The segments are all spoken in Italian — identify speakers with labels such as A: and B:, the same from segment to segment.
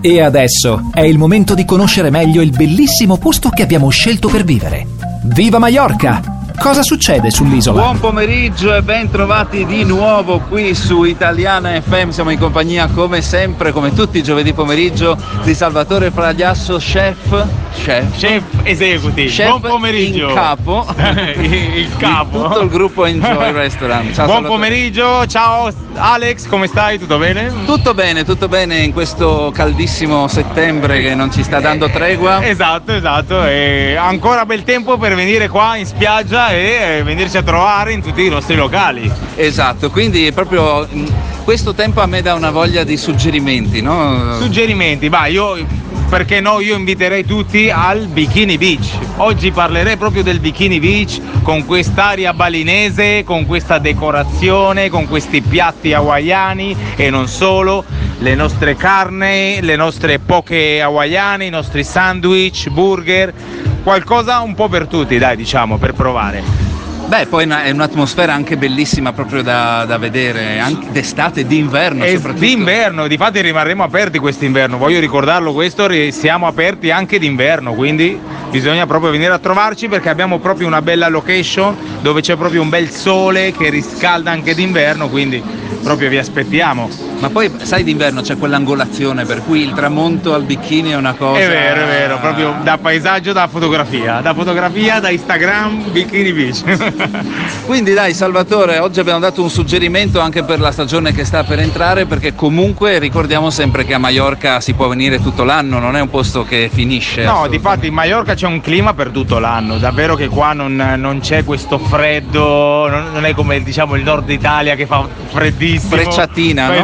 A: E adesso è il momento di conoscere meglio il bellissimo posto che abbiamo scelto per vivere. Viva Mallorca! Cosa succede sull'isola?
B: Buon pomeriggio e ben trovati di nuovo qui su Italiana FM. Siamo in compagnia come sempre, come tutti i giovedì pomeriggio, di Salvatore Fragliasso, chef, chef,
C: Chef Executive,
B: chef
C: buon pomeriggio.
B: in capo
C: Il- il capo.
B: di tutto il gruppo Enjoy Restaurant. Ciao,
C: Buon
B: Salvatore.
C: pomeriggio, ciao Alex, come stai? Tutto bene?
B: Tutto bene, tutto bene in questo caldissimo settembre che non ci sta dando tregua.
C: Esatto, esatto, e ancora bel tempo per venire qua in spiaggia e eh, venirci a trovare in tutti i nostri locali.
B: Esatto, quindi proprio mh, questo tempo a me dà una voglia di suggerimenti, no?
C: Suggerimenti, ma io perché no, io inviterei tutti al Bikini Beach. Oggi parlerei proprio del Bikini Beach con quest'aria balinese, con questa decorazione, con questi piatti hawaiani e non solo, le nostre carni, le nostre poche hawaiane, i nostri sandwich, burger, qualcosa un po' per tutti, dai, diciamo, per provare.
B: Beh, poi una- è un'atmosfera anche bellissima proprio da, da vedere, anche d'estate e d'inverno
C: E
B: soprattutto.
C: Eh, d'inverno, difatti rimarremo aperti quest'inverno, voglio ricordarlo questo, ri- siamo aperti anche d'inverno, quindi bisogna proprio venire a trovarci perché abbiamo proprio una bella location dove c'è proprio un bel sole che riscalda anche d'inverno, quindi proprio vi aspettiamo.
B: Ma poi sai d'inverno c'è quell'angolazione per cui il tramonto al bikini è una cosa...
C: È vero, è vero, proprio da paesaggio, da fotografia, da fotografia, da Instagram, Bikini Beach.
B: Quindi dai Salvatore, oggi abbiamo dato un suggerimento anche per la stagione che sta per entrare perché comunque ricordiamo sempre che a Maiorca si può venire tutto l'anno, non è un posto che finisce.
C: No,
B: assolutamente.
C: difatti in Maiorca c'è un clima per tutto l'anno, davvero che qua non, non c'è questo freddo, non, non è come diciamo il nord Italia che fa freddissimo.
B: Frecciatina, no?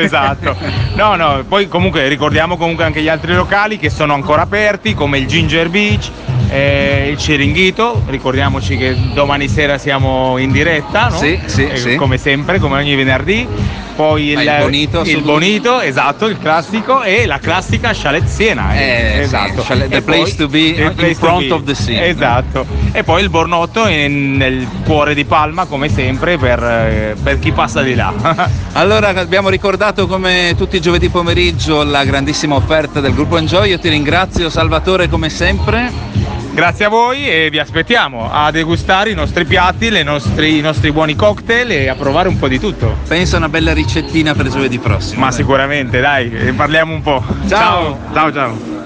C: esatto. No, no, poi comunque ricordiamo comunque anche gli altri locali che sono ancora aperti, come il Ginger Beach, eh, il Ciringhito, ricordiamoci che domani sera siamo in diretta, no?
B: Sì, sì,
C: Eh,
B: sì.
C: Come sempre, come ogni venerdì. Poi il,
B: Ma il Bonito,
C: il
B: assolutamente.
C: Bonito, esatto, il classico e la classica Chalet Siena.
B: Eh, sì, cioè, the
C: esatto. E poi-
B: place to be
C: the
B: in
C: place to
B: front
C: be.
B: of the scene.
C: Esatto. E poi il Bornotto in- nel cuore di Palma, come sempre, per, eh, per chi passa di là.
B: Allora abbiamo ricordato come tutti i giovedì pomeriggio la grandissima offerta del gruppo Enjoy, io ti ringrazio Salvatore come sempre.
C: Grazie a voi e vi aspettiamo a degustare i nostri piatti, le nostri- i nostri buoni cocktail e a provare un po' di tutto.
B: Pensa a una bella ricettina per giovedì prossimo.
C: Ma
B: dai.
C: sicuramente, dai, eh, parliamo un po'.
B: Ciao.
C: Ciao, ciao. ciao.